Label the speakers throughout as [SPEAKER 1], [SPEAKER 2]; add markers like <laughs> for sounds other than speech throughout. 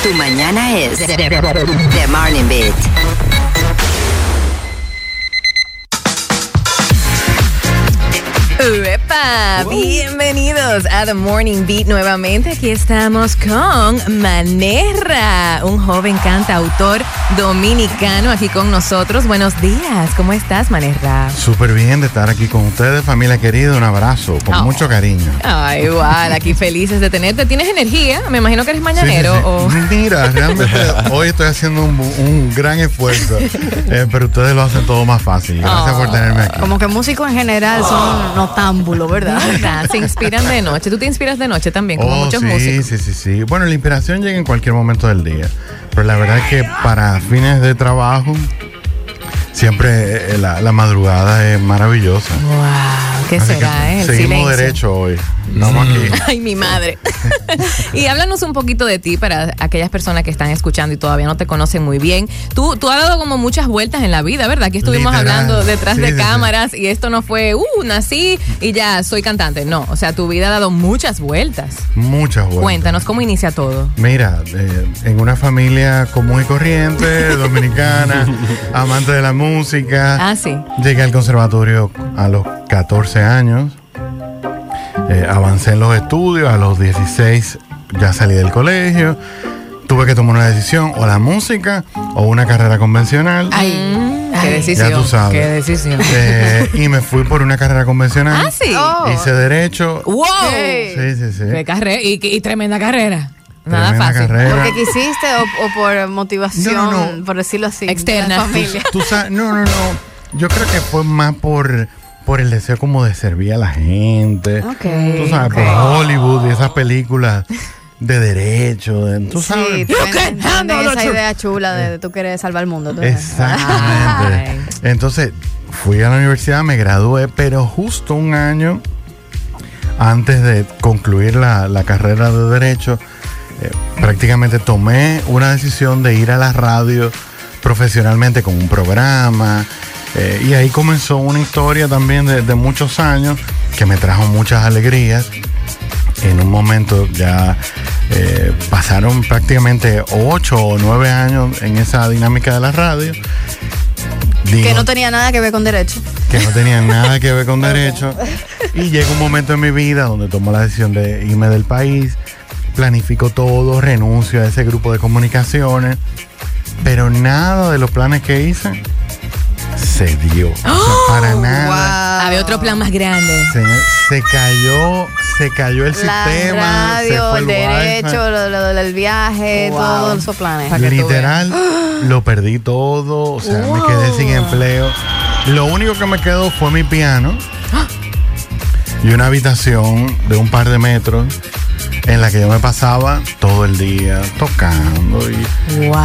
[SPEAKER 1] Tu mañana es The Morning Beat. ¡Uepa! Bienvenidos a The Morning Beat nuevamente. Aquí estamos con Manerra, un joven cantautor dominicano aquí con nosotros. Buenos días, ¿cómo estás, Manerra?
[SPEAKER 2] Súper bien de estar aquí con ustedes, familia querida. Un abrazo, con
[SPEAKER 1] Oh.
[SPEAKER 2] mucho cariño.
[SPEAKER 1] Ay, igual, aquí felices de tenerte. ¿Tienes energía? Me imagino que eres mañanero
[SPEAKER 2] Sí, sí,
[SPEAKER 1] o...
[SPEAKER 2] sí. Mira,
[SPEAKER 1] <laughs>
[SPEAKER 2] realmente hoy estoy haciendo un, un gran esfuerzo, eh, pero ustedes lo hacen todo más fácil. Gracias
[SPEAKER 1] Oh.
[SPEAKER 2] por tenerme aquí.
[SPEAKER 3] Como que músicos en general son notámbulos, ¿verdad?
[SPEAKER 1] Ah, Se inspiran de noche. Tú te inspiras de noche también, como
[SPEAKER 2] Oh,
[SPEAKER 1] muchos
[SPEAKER 2] sí,
[SPEAKER 1] músicos.
[SPEAKER 2] sí, sí, sí. Bueno, la inspiración llega en cualquier momento del día, pero la verdad es que para fines de trabajo siempre eh, la, la madrugada es maravillosa.
[SPEAKER 1] Wow, ¿qué
[SPEAKER 2] Así que
[SPEAKER 1] será, eh? El
[SPEAKER 2] seguimos
[SPEAKER 1] silencio.
[SPEAKER 2] derecho hoy. Estamos aquí.
[SPEAKER 1] Ay, mi
[SPEAKER 2] <laughs>
[SPEAKER 1] madre. y háblanos un poquito de ti para aquellas personas que están escuchando y todavía no te conocen muy bien. Tú, tú has dado como muchas vueltas en la vida, ¿verdad? Aquí estuvimos
[SPEAKER 2] Literal.
[SPEAKER 1] hablando detrás
[SPEAKER 2] Sí,
[SPEAKER 1] de
[SPEAKER 2] sí, sí.
[SPEAKER 1] cámaras y esto no fue, uh, nací y ya soy cantante. No, o sea, tu vida ha dado muchas vueltas.
[SPEAKER 2] Muchas vueltas.
[SPEAKER 1] Cuéntanos cómo inicia todo.
[SPEAKER 2] Mira, eh, en una familia común y corriente, dominicana, amante de la música,
[SPEAKER 1] Ah, sí.
[SPEAKER 2] llegué al conservatorio a los 14 años, Eh, avancé en los estudios, a los 16 ya salí del colegio, tuve que tomar una decisión, o la música o una carrera convencional,
[SPEAKER 3] Ay,
[SPEAKER 1] Mm, Qué
[SPEAKER 3] ay.
[SPEAKER 1] decisión.
[SPEAKER 2] tú sabes.
[SPEAKER 1] Qué decisión.
[SPEAKER 2] Eh, y me fui por una carrera convencional,
[SPEAKER 1] ah, sí.
[SPEAKER 3] Oh.
[SPEAKER 2] hice derecho,
[SPEAKER 1] ¡Wow!
[SPEAKER 3] Sí.
[SPEAKER 2] sí, sí, sí,
[SPEAKER 1] Qué carrera y, y tremenda carrera. Nada
[SPEAKER 2] Tremenda
[SPEAKER 1] fácil.
[SPEAKER 2] carrera.
[SPEAKER 3] ¿Porque quisiste o, o por motivación,
[SPEAKER 2] No, no, no.
[SPEAKER 3] por decirlo así, de la
[SPEAKER 1] Externa.
[SPEAKER 3] familia?
[SPEAKER 2] Tú sabes, no, no, no. Yo creo que fue más por, por el deseo como de servir a la gente.
[SPEAKER 3] Ok,
[SPEAKER 2] Tú sabes, por
[SPEAKER 3] ok.
[SPEAKER 2] Hollywood y esas películas de derecho. de- tú
[SPEAKER 3] Sí,
[SPEAKER 2] sabes.
[SPEAKER 3] tú
[SPEAKER 1] You can
[SPEAKER 3] tienes
[SPEAKER 1] handle the
[SPEAKER 3] esa
[SPEAKER 1] truth.
[SPEAKER 3] idea chula de, de tú querer salvar el mundo. tú sabes.
[SPEAKER 2] Exactamente. Entonces, fui a la universidad, me gradué, pero justo un año antes de concluir la, la carrera de Derecho, eh, prácticamente tomé una decisión de ir a la radio profesionalmente con un programa. eh, y ahí comenzó una historia también de, de muchos años que me trajo muchas alegrías. En un momento ya eh, pasaron prácticamente ocho o nueve años en esa dinámica de la radio.
[SPEAKER 3] Que
[SPEAKER 2] Digo-
[SPEAKER 3] no tenía nada que ver con derecho.
[SPEAKER 2] que no tenía nada que ver
[SPEAKER 3] <laughs>
[SPEAKER 2] con derecho. Y llega un momento en mi vida donde tomo la decisión de irme del país, planifico todo, renuncio a ese grupo de comunicaciones, pero nada de los planes que hice se dio. O sea,
[SPEAKER 3] ¡Oh!
[SPEAKER 2] para nada.
[SPEAKER 1] Había otro plan más grande.
[SPEAKER 2] Señor, se cayó, se cayó el sistema,
[SPEAKER 3] La
[SPEAKER 2] se
[SPEAKER 3] radio,
[SPEAKER 2] fue
[SPEAKER 3] el
[SPEAKER 2] wifi.
[SPEAKER 3] derecho, lo, lo del viaje,
[SPEAKER 1] Wow.
[SPEAKER 3] todos esos planes.
[SPEAKER 1] Para que tú
[SPEAKER 2] Literal,
[SPEAKER 1] <gasps>
[SPEAKER 2] lo perdí todo, o sea, me quedé sin empleo. Lo único que me quedó fue mi piano y una habitación de un par de metros en la que yo me pasaba todo el día tocando y
[SPEAKER 1] Wow.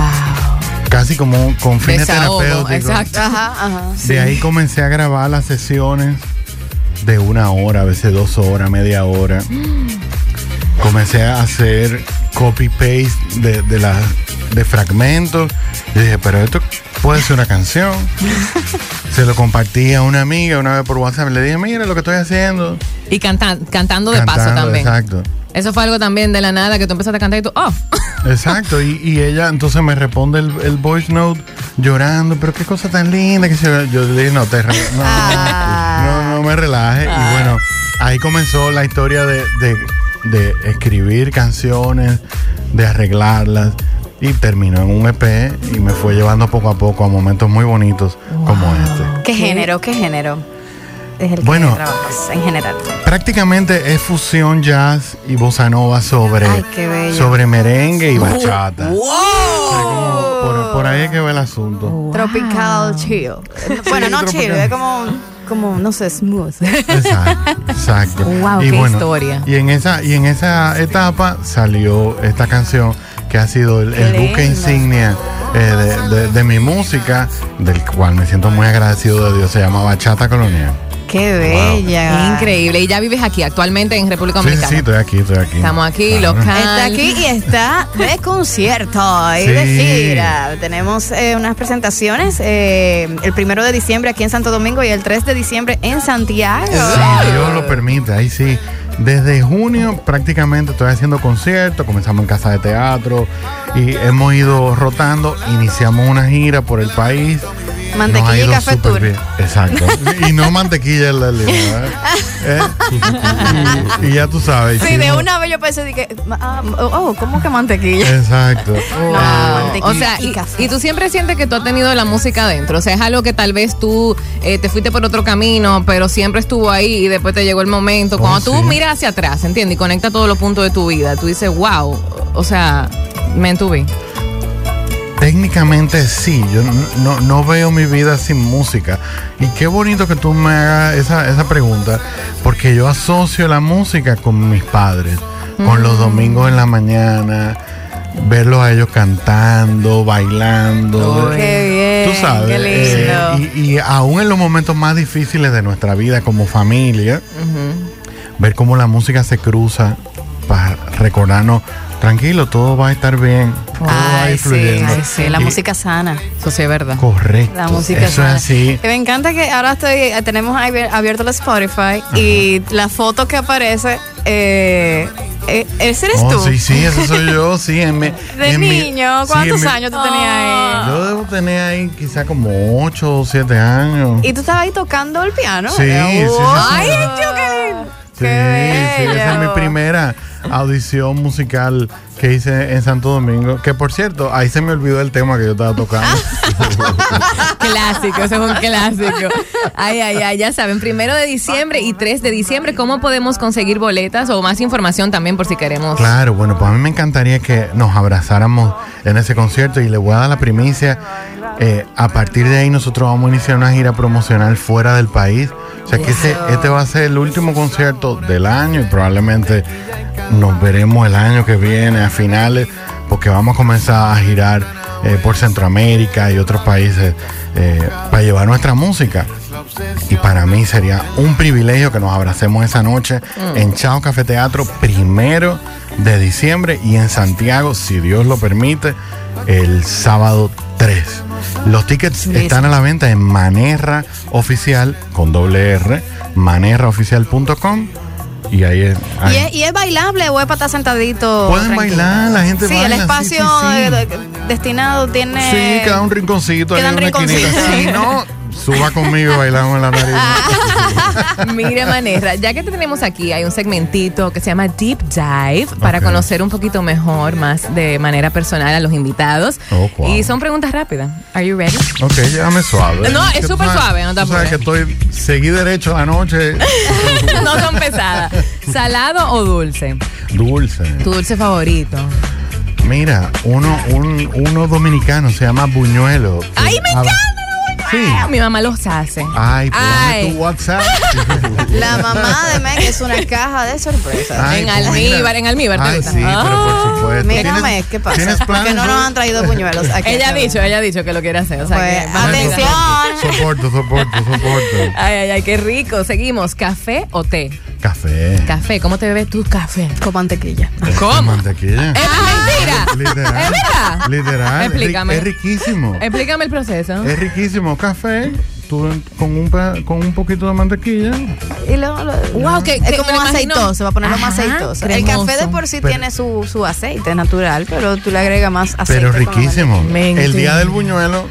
[SPEAKER 2] casi como con fines
[SPEAKER 1] Desahogo,
[SPEAKER 2] terapéuticos.
[SPEAKER 1] exacto.
[SPEAKER 3] Ajá, ajá.
[SPEAKER 2] De ahí comencé a grabar las sesiones de una hora, a veces dos horas, media hora. Comencé a hacer copy-paste de, de las- de fragmentos. Y dije, pero esto puede ser
[SPEAKER 1] <laughs>
[SPEAKER 2] una canción. Se lo compartí a una amiga una vez por WhatsApp. Le dije, mira lo que estoy haciendo.
[SPEAKER 1] Y canta- cantando de paso
[SPEAKER 2] Cantando,
[SPEAKER 1] también.
[SPEAKER 2] Exacto.
[SPEAKER 1] Eso fue algo también de la nada que tú empezaste a cantar y tú,
[SPEAKER 3] <laughs>
[SPEAKER 1] oh,
[SPEAKER 2] Exacto, y, y ella entonces me responde el, el voice note llorando, pero qué cosa tan linda que se ve". Yo le dije, no, te re- no, no, no, no me relaje. Y bueno, ahí comenzó la historia de, de- de escribir canciones, de arreglarlas, y terminó en un EP y me fue llevando poco a poco a momentos muy bonitos como este.
[SPEAKER 3] ¿Qué género, qué género? Es el que
[SPEAKER 2] Bueno.
[SPEAKER 3] trabajas en general.
[SPEAKER 2] Prácticamente es fusión jazz y bossa nova sobre,
[SPEAKER 3] Ay, qué bello.
[SPEAKER 2] sobre merengue y bachata. O sea, como por, por ahí es que va el asunto.
[SPEAKER 3] Tropical chill. Bueno, no chill,
[SPEAKER 2] tropical.
[SPEAKER 3] es como, como, no sé, smooth. <laughs>
[SPEAKER 2] Exacto, exacto.
[SPEAKER 1] <laughs> Wow, qué historia.
[SPEAKER 2] Y en esa, y en esa etapa salió esta canción que ha sido el, el
[SPEAKER 3] Qué
[SPEAKER 2] buque
[SPEAKER 3] lindo.
[SPEAKER 2] insignia eh, de, de- de mi música, del cual me siento muy agradecido de Dios. Se llama Bachata Colonial.
[SPEAKER 3] Qué bella.
[SPEAKER 1] increíble. Y ya vives aquí actualmente en República
[SPEAKER 2] Sí, sí,
[SPEAKER 1] Dominicana.
[SPEAKER 2] sí, estoy aquí, estoy aquí.
[SPEAKER 1] Estamos aquí,
[SPEAKER 2] Claro.
[SPEAKER 1] local.
[SPEAKER 3] Está aquí y está de concierto y de
[SPEAKER 2] Sí.
[SPEAKER 3] gira. Tenemos eh, unas presentaciones eh, el primero de diciembre aquí en Santo Domingo y el 3 de diciembre en Santiago.
[SPEAKER 2] Si Dios lo permite, ahí sí. Desde junio prácticamente estoy haciendo conciertos, comenzamos en casa de teatro y hemos ido rotando, iniciamos una gira por el país.
[SPEAKER 3] Mantequilla y café
[SPEAKER 2] súper
[SPEAKER 3] tour.
[SPEAKER 2] bien. Exacto. <laughs> y no mantequilla en la lima. ¿eh? Eh, <laughs> y, ya tú sabes.
[SPEAKER 3] Sí, de
[SPEAKER 2] hicimos-
[SPEAKER 3] una vez yo pensé, dije, ah, oh, ¿cómo que
[SPEAKER 2] Eh,
[SPEAKER 3] mantequilla?
[SPEAKER 2] Exacto. Eh,
[SPEAKER 1] Wow.
[SPEAKER 3] mantequilla
[SPEAKER 1] O sea,
[SPEAKER 3] y
[SPEAKER 1] y,
[SPEAKER 3] café.
[SPEAKER 1] y tú siempre sientes que tú has tenido la música adentro. O sea, es algo que tal vez tú eh, te fuiste por otro camino, pero siempre estuvo ahí y después te llegó el momento.
[SPEAKER 2] Oh,
[SPEAKER 1] Cuando tú
[SPEAKER 2] sí.
[SPEAKER 1] miras hacia atrás, ¿entiendes? Y conecta todos los puntos de tu vida, tú dices, wow, o sea, me to be.
[SPEAKER 2] Técnicamente sí, yo n- no, no veo mi vida sin música. Y qué bonito que tú me hagas esa, esa pregunta, porque yo asocio la música con mis padres, con los domingos en la mañana, verlos a ellos cantando, bailando.
[SPEAKER 1] Ay,
[SPEAKER 3] Qué bien.
[SPEAKER 2] Tú sabes,
[SPEAKER 3] Qué lindo.
[SPEAKER 2] eh, y, y aún en los momentos más difíciles de nuestra vida como familia, ver cómo la música se cruza para recordarnos, tranquilo, todo va a estar bien, todo va a
[SPEAKER 3] Ay,
[SPEAKER 2] ir
[SPEAKER 3] sí,
[SPEAKER 2] fluyendo.
[SPEAKER 3] ay, sí, la
[SPEAKER 2] Y-
[SPEAKER 3] música sana.
[SPEAKER 1] Eso sí es verdad.
[SPEAKER 2] Correcto.
[SPEAKER 3] La música
[SPEAKER 2] Eso es
[SPEAKER 3] sana.
[SPEAKER 2] así.
[SPEAKER 3] Y Me encanta que ahora estoy, eh, tenemos abier- abierto el Spotify y la foto que aparece, eh, eh, ese eres
[SPEAKER 2] Oh,
[SPEAKER 3] tú.
[SPEAKER 2] Sí, sí, eso soy
[SPEAKER 3] <laughs>
[SPEAKER 2] yo, sí. En mi,
[SPEAKER 3] De
[SPEAKER 2] en mi-
[SPEAKER 3] niño,
[SPEAKER 2] sí,
[SPEAKER 3] ¿cuántos
[SPEAKER 2] en mi-
[SPEAKER 3] años tú tenías ahí?
[SPEAKER 2] Yo debo tener ahí quizá como 8 o 7 años.
[SPEAKER 3] Y tú estabas ahí tocando el piano.
[SPEAKER 2] Sí, sí, sí, sí.
[SPEAKER 3] Ay, yo qué
[SPEAKER 2] sí, sí, esa es mi primera audición musical que hice en Santo Domingo. Que por cierto, ahí se me olvidó el tema que yo estaba tocando.
[SPEAKER 1] Clásico, eso es un clásico. Ay, ay, ay, ya saben, primero de diciembre y 3 de diciembre, ¿cómo podemos conseguir boletas o más información también por si queremos?
[SPEAKER 2] Claro, bueno, pues a mí me encantaría que nos abrazáramos en ese concierto y le voy a dar la primicia. Eh, a partir de ahí nosotros vamos a iniciar una gira promocional fuera del país. O sea que ese- este va a ser el último concierto del año y probablemente nos veremos el año que viene a finales porque vamos a comenzar a girar eh, por Centroamérica y otros países eh, para llevar nuestra música. Y para mí sería un privilegio que nos abracemos esa noche
[SPEAKER 3] Mm.
[SPEAKER 2] en Chao Café Teatro, primero de diciembre, y en Santiago, si Dios lo permite, el sábado 3. Los tickets están a la venta en Manerra Oficial, con doble R, manerraoficial.com. Y ahí es. ahí.
[SPEAKER 3] ¿Y es, y es bailable o es para estar sentadito?
[SPEAKER 2] Pueden
[SPEAKER 3] tranquilo?
[SPEAKER 2] bailar, la gente
[SPEAKER 3] Sí,
[SPEAKER 2] baila,
[SPEAKER 3] el
[SPEAKER 2] sí,
[SPEAKER 3] espacio
[SPEAKER 2] sí, sí.
[SPEAKER 3] eh, de- destinado tiene.
[SPEAKER 2] Sí, queda un rinconcito, ahí
[SPEAKER 3] Queda
[SPEAKER 2] en
[SPEAKER 3] un
[SPEAKER 2] una esquinita.
[SPEAKER 3] rinconcito.
[SPEAKER 2] Si no, suba conmigo y bailamos en la tarima.
[SPEAKER 3] <laughs>
[SPEAKER 1] Mira, Manerra, ya que te tenemos aquí, hay un segmentito que se llama Deep Dive para
[SPEAKER 2] Ok.
[SPEAKER 1] conocer un poquito mejor, más de manera personal a los invitados.
[SPEAKER 2] Oh, wow.
[SPEAKER 1] Y son preguntas rápidas. Are you ready? <laughs>
[SPEAKER 2] Ok, llévame suave.
[SPEAKER 1] No, es
[SPEAKER 2] Que tú
[SPEAKER 1] súper
[SPEAKER 2] sabes-
[SPEAKER 1] suave, no te
[SPEAKER 2] tú sabes que estoy, seguí derecho anoche,
[SPEAKER 1] no son pesadas. ¿Salado o dulce?
[SPEAKER 2] dulce.
[SPEAKER 1] Tu dulce favorito.
[SPEAKER 2] Mira, uno, un, uno dominicano se llama Buñuelo.
[SPEAKER 1] ¡Ay, me
[SPEAKER 2] Ah,
[SPEAKER 1] encanta!
[SPEAKER 2] Sí.
[SPEAKER 1] Mi mamá los hace.
[SPEAKER 2] Ay, pues dame
[SPEAKER 1] Ay.
[SPEAKER 2] tu WhatsApp.
[SPEAKER 1] <laughs>
[SPEAKER 3] La mamá de Meg es
[SPEAKER 2] <laughs>
[SPEAKER 3] una caja de sorpresas.
[SPEAKER 2] Ay,
[SPEAKER 1] En
[SPEAKER 2] pues
[SPEAKER 1] almíbar,
[SPEAKER 2] mira.
[SPEAKER 1] en almíbar te Ah.
[SPEAKER 2] Ay,
[SPEAKER 1] gusta.
[SPEAKER 2] sí, pero por supuesto.
[SPEAKER 3] Mira,
[SPEAKER 2] ¿Tienes-
[SPEAKER 3] Meg, ¿qué
[SPEAKER 2] ¿Tienes
[SPEAKER 3] pasa?
[SPEAKER 2] planes?
[SPEAKER 3] Porque no nos han traído puñuelos aquí.
[SPEAKER 1] Ella ha dicho, ella ha dicho que lo quiere hacer. O sea
[SPEAKER 3] Pues,
[SPEAKER 1] que vamos a
[SPEAKER 2] Ay,
[SPEAKER 1] llegar.
[SPEAKER 3] atención.
[SPEAKER 2] Soporto, soporto, soporto.
[SPEAKER 1] Ay, ay, ay, qué rico. Seguimos. ¿Café o té?
[SPEAKER 2] Café.
[SPEAKER 1] Café. ¿Cómo te bebes tu café?
[SPEAKER 3] Con mantequilla.
[SPEAKER 2] Con
[SPEAKER 1] ¿Cómo?
[SPEAKER 2] Mantequilla.
[SPEAKER 1] ¡Es mentira!
[SPEAKER 2] Literal.
[SPEAKER 1] ¿Es verdad?
[SPEAKER 2] Literal. Es ri-
[SPEAKER 1] Explícame.
[SPEAKER 2] Es riquísimo.
[SPEAKER 1] Explícame el proceso.
[SPEAKER 2] Es riquísimo. Café, tú en- con un, pe- con un poquito de mantequilla.
[SPEAKER 3] Y luego lo-
[SPEAKER 1] Wow, que- que
[SPEAKER 3] es como
[SPEAKER 1] me lo imagino-
[SPEAKER 3] aceitoso, va a ponerlo más
[SPEAKER 1] Ajá,
[SPEAKER 3] aceitoso.
[SPEAKER 1] cremoso.
[SPEAKER 3] El café de por sí
[SPEAKER 2] Pero-
[SPEAKER 3] tiene su, su aceite natural, pero tú le agregas más aceite.
[SPEAKER 2] Pero
[SPEAKER 3] con la
[SPEAKER 2] riquísimo.
[SPEAKER 1] mantequilla.
[SPEAKER 2] El día del buñuelo,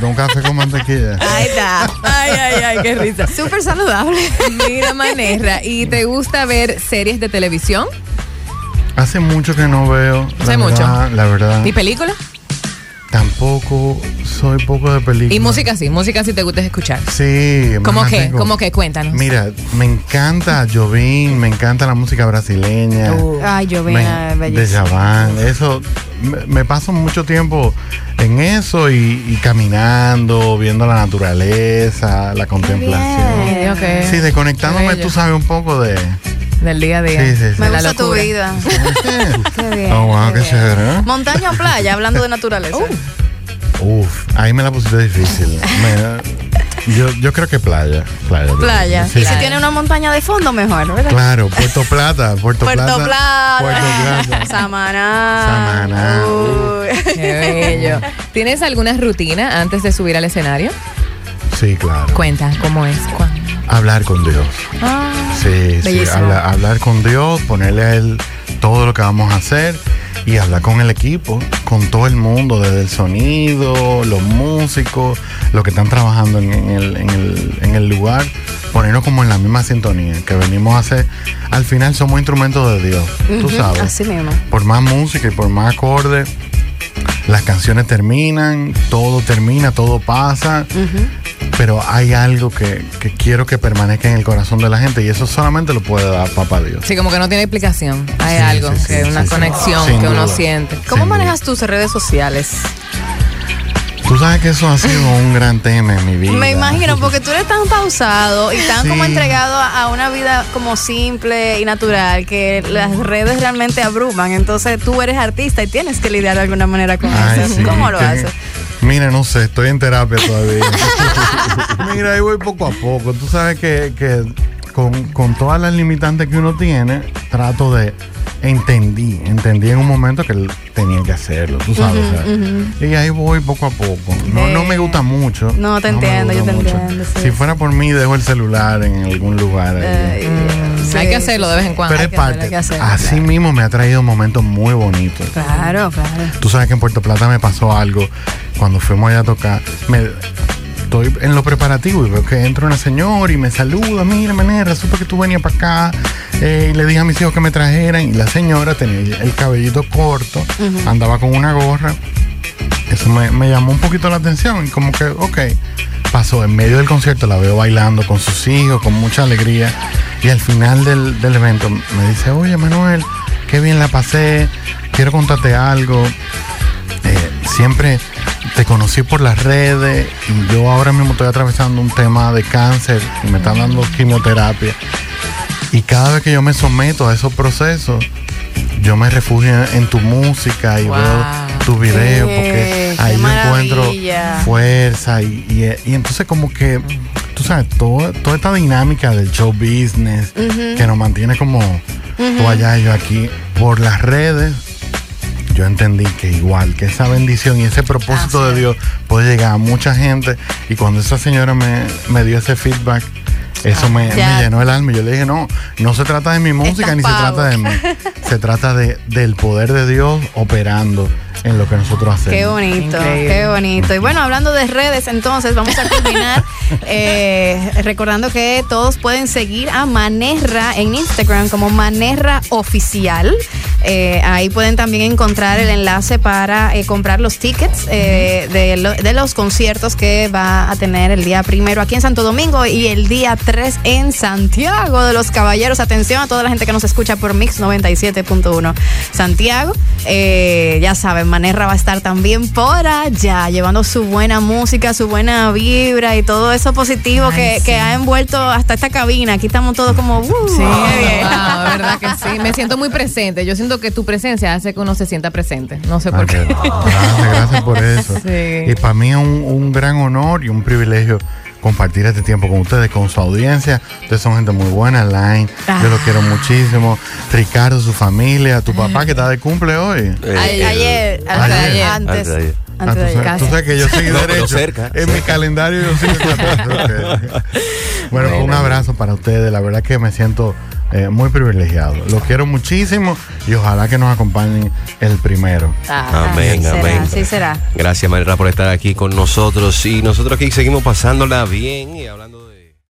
[SPEAKER 2] con un café con mantequilla.
[SPEAKER 3] mantequilla. Ahí está.
[SPEAKER 1] Ay, ay, ay, qué risa.
[SPEAKER 3] <laughs> Súper saludable.
[SPEAKER 1] Mira, Manerra, ¿y te gusta ver series de televisión
[SPEAKER 2] Hace mucho que no veo.
[SPEAKER 1] Hace
[SPEAKER 2] la
[SPEAKER 1] mucho.
[SPEAKER 2] verdad, La verdad.
[SPEAKER 1] y películas?
[SPEAKER 2] Tampoco soy poco de película.
[SPEAKER 1] Y música sí, música sí te gusta escuchar.
[SPEAKER 2] Sí. me
[SPEAKER 1] ¿Cómo qué?
[SPEAKER 2] mantengo.
[SPEAKER 1] ¿Cómo qué? Cuéntanos.
[SPEAKER 2] Mira, me encanta Jovín, me encanta la música brasileña.
[SPEAKER 1] Uh,
[SPEAKER 3] Ay, yo
[SPEAKER 2] Me-
[SPEAKER 3] veo eh,
[SPEAKER 2] de Yaván, eso me, me paso mucho tiempo en eso y, y caminando, viendo la naturaleza, la contemplación.
[SPEAKER 3] bien.
[SPEAKER 1] ok.
[SPEAKER 2] Sí, desconectándome,
[SPEAKER 1] Bello.
[SPEAKER 2] tú sabes, un poco de.
[SPEAKER 1] Del día a día.
[SPEAKER 2] Sí, sí, sí.
[SPEAKER 3] Me
[SPEAKER 1] De la
[SPEAKER 3] gusta tu
[SPEAKER 1] locura.
[SPEAKER 3] vida.
[SPEAKER 2] <laughs>
[SPEAKER 3] Qué bien.
[SPEAKER 2] oh, wow,
[SPEAKER 3] qué
[SPEAKER 2] qué
[SPEAKER 3] bien.
[SPEAKER 2] chévere. ¿eh?
[SPEAKER 3] Montaña o playa, hablando de naturaleza.
[SPEAKER 2] Uf, ahí me la pusiste difícil. Me- yo, yo creo que playa. Playa.
[SPEAKER 3] playa.
[SPEAKER 2] Sí.
[SPEAKER 3] Y si tiene una montaña de fondo, mejor, ¿verdad?
[SPEAKER 2] Claro, Puerto Plata. Puerto,
[SPEAKER 3] Puerto
[SPEAKER 2] Plata.
[SPEAKER 3] Plata.
[SPEAKER 2] Puerto
[SPEAKER 3] <laughs>
[SPEAKER 2] Plata.
[SPEAKER 3] Samaná.
[SPEAKER 2] Samaná.
[SPEAKER 3] Uy.
[SPEAKER 1] Qué bello. ¿Tienes alguna rutina antes de subir al escenario?
[SPEAKER 2] Sí, claro.
[SPEAKER 1] Cuenta, ¿cómo es? ¿Cuándo?
[SPEAKER 2] Hablar con Dios.
[SPEAKER 3] Ah,
[SPEAKER 2] Sí, sí,
[SPEAKER 3] Bellísimo.
[SPEAKER 2] habla- hablar con Dios, ponerle a Él todo lo que vamos a hacer y hablar con el equipo, con todo el mundo, desde el sonido, los músicos, los que están trabajando en, en el, en el- en el lugar, ponernos como en la misma sintonía que venimos a hacer. Al final somos instrumentos de Dios, tú
[SPEAKER 3] ujú,
[SPEAKER 2] sabes
[SPEAKER 3] Así mismo.
[SPEAKER 2] por más música y por más acordes, las canciones terminan, todo termina, todo pasa, pero hay algo que, que quiero que permanezca en el corazón de la gente y eso solamente lo puede dar Papá Dios.
[SPEAKER 1] Sí, como que no tiene explicación. Hay
[SPEAKER 2] Sí,
[SPEAKER 1] algo,
[SPEAKER 2] sí, sí,
[SPEAKER 1] que
[SPEAKER 2] sí,
[SPEAKER 1] una
[SPEAKER 2] sí.
[SPEAKER 1] conexión
[SPEAKER 2] Sin
[SPEAKER 1] que uno
[SPEAKER 2] duda.
[SPEAKER 1] siente.
[SPEAKER 3] ¿Cómo
[SPEAKER 2] Sin
[SPEAKER 3] manejas tus redes sociales?
[SPEAKER 2] Tú sabes que eso ha sido un gran tema en mi vida.
[SPEAKER 3] Me imagino, porque tú eres tan pausado y tan
[SPEAKER 2] Sí.
[SPEAKER 3] como entregado a a una vida como simple y natural que las redes realmente abruman. Entonces tú eres artista y tienes que lidiar de alguna manera con
[SPEAKER 2] Ay,
[SPEAKER 3] eso.
[SPEAKER 2] sí,
[SPEAKER 3] ¿Cómo lo
[SPEAKER 2] que-
[SPEAKER 3] haces?
[SPEAKER 2] Mira, no sé, estoy en terapia todavía. <laughs> Mira, ahí voy poco a poco. Tú sabes que, que con, con todas las limitantes que uno tiene, trato de... Entendí, entendí en un momento que tenía que hacerlo, tú sabes. o sea, Y ahí voy poco a poco. No, no me gusta mucho.
[SPEAKER 3] No, te
[SPEAKER 2] me
[SPEAKER 3] entiendo,
[SPEAKER 2] gusta
[SPEAKER 3] yo te entiendo, sí.
[SPEAKER 2] Si fuera por mí, dejo el celular en algún lugar. ahí.
[SPEAKER 3] Ay, sí,
[SPEAKER 1] hay que hacerlo de vez en cuando.
[SPEAKER 2] Pero
[SPEAKER 1] Hay
[SPEAKER 2] es
[SPEAKER 1] que hacerlo, hay
[SPEAKER 2] parte.
[SPEAKER 1] que hacerlo.
[SPEAKER 2] Así mismo me ha traído momentos muy bonitos.
[SPEAKER 3] Claro, claro.
[SPEAKER 2] Tú sabes que en Puerto Plata me pasó algo cuando fuimos allá a tocar. Me, estoy en los preparativos y veo que entra una señora y me saluda. Mira, manera, supe que tú venías para acá. Eh, y le dije a mis hijos que me trajeran. Y la señora tenía el cabellito corto, andaba con una gorra. Eso me, me llamó un poquito la atención. Y como que, ok, pasó en medio del concierto, la veo bailando con sus hijos, con mucha alegría. Y al final del, del evento me dice, oye Manuel, qué bien la pasé, quiero contarte algo. Eh, siempre te conocí por las redes y yo ahora mismo estoy atravesando un tema de cáncer y me están dando quimioterapia. Y cada vez que yo me someto a esos procesos, yo me refugio en tu música y
[SPEAKER 1] Wow.
[SPEAKER 2] veo tu video
[SPEAKER 3] Eh,
[SPEAKER 2] porque
[SPEAKER 3] qué
[SPEAKER 2] ahí yo encuentro
[SPEAKER 3] maravilla.
[SPEAKER 2] fuerza y, y- y entonces como que tú sabes todo- toda esta dinámica del show business que nos mantiene como tú allá y yo aquí por las redes yo entendí que igual que esa bendición y ese propósito de Dios puede llegar a mucha gente y cuando esa señora me, me dio ese feedback eso me,
[SPEAKER 3] Ah, ya.
[SPEAKER 2] me llenó el alma. y Yo le dije, no, no se trata de mi música ni se
[SPEAKER 3] pavo.
[SPEAKER 2] trata de mí. Se trata de, del poder de Dios operando en lo que nosotros hacemos.
[SPEAKER 3] Qué bonito,
[SPEAKER 1] Increíble.
[SPEAKER 3] qué bonito. Y bueno, hablando de redes, entonces vamos a <laughs> culminar eh, recordando que todos pueden seguir a Manerra en Instagram como Manerra Oficial. Eh, ahí pueden también encontrar el enlace para eh, comprar los tickets eh, de, lo- de los conciertos que va a tener el día primero aquí en Santo Domingo y el día 3 en Santiago de los Caballeros. Atención a toda la gente que nos escucha por Mix 97.1 Santiago. Eh, ya saben, Manerra va a estar también por allá, llevando su buena música, su buena vibra y todo eso positivo
[SPEAKER 1] Ay,
[SPEAKER 3] que,
[SPEAKER 1] sí.
[SPEAKER 3] que ha envuelto hasta esta cabina. Aquí estamos todos como... uh,
[SPEAKER 1] Sí,
[SPEAKER 3] qué bien.
[SPEAKER 1] wow, de verdad que sí. Me siento muy presente. Yo siento que tu presencia hace que uno se sienta presente. No sé
[SPEAKER 2] Ah,
[SPEAKER 1] por
[SPEAKER 2] que-
[SPEAKER 1] qué.
[SPEAKER 2] Gracias, gracias por eso.
[SPEAKER 3] <laughs>
[SPEAKER 1] Sí.
[SPEAKER 2] Y para mí es un, un gran honor y un privilegio compartir este tiempo con ustedes, con su audiencia. Ustedes son gente muy buena, Line.
[SPEAKER 3] Ah.
[SPEAKER 2] Yo los quiero muchísimo. Ricardo, su familia, tu papá que está de cumple hoy.
[SPEAKER 4] Eh,
[SPEAKER 3] Ay-
[SPEAKER 4] eh,
[SPEAKER 3] ayer, antes de ayer, antes,
[SPEAKER 4] Antes de ayer.
[SPEAKER 2] Ah,
[SPEAKER 3] antes
[SPEAKER 2] tú,
[SPEAKER 3] de ayer.
[SPEAKER 2] sabes, tú sabes que yo soy
[SPEAKER 4] <laughs> No, pero
[SPEAKER 2] derecho.
[SPEAKER 4] cerca,
[SPEAKER 2] en mi
[SPEAKER 4] cerca.
[SPEAKER 2] calendario yo
[SPEAKER 4] <laughs>
[SPEAKER 2] sigo derecho. Bueno, pues un abrazo para ustedes. La verdad que me siento eh, muy privilegiado. Los quiero muchísimo y ojalá que nos acompañen el primero.
[SPEAKER 3] Ah, así
[SPEAKER 4] Amén,
[SPEAKER 3] será,
[SPEAKER 4] amén.
[SPEAKER 3] así será.
[SPEAKER 4] Gracias, Manera, por estar aquí con nosotros. Y nosotros aquí seguimos pasándola bien y hablando de.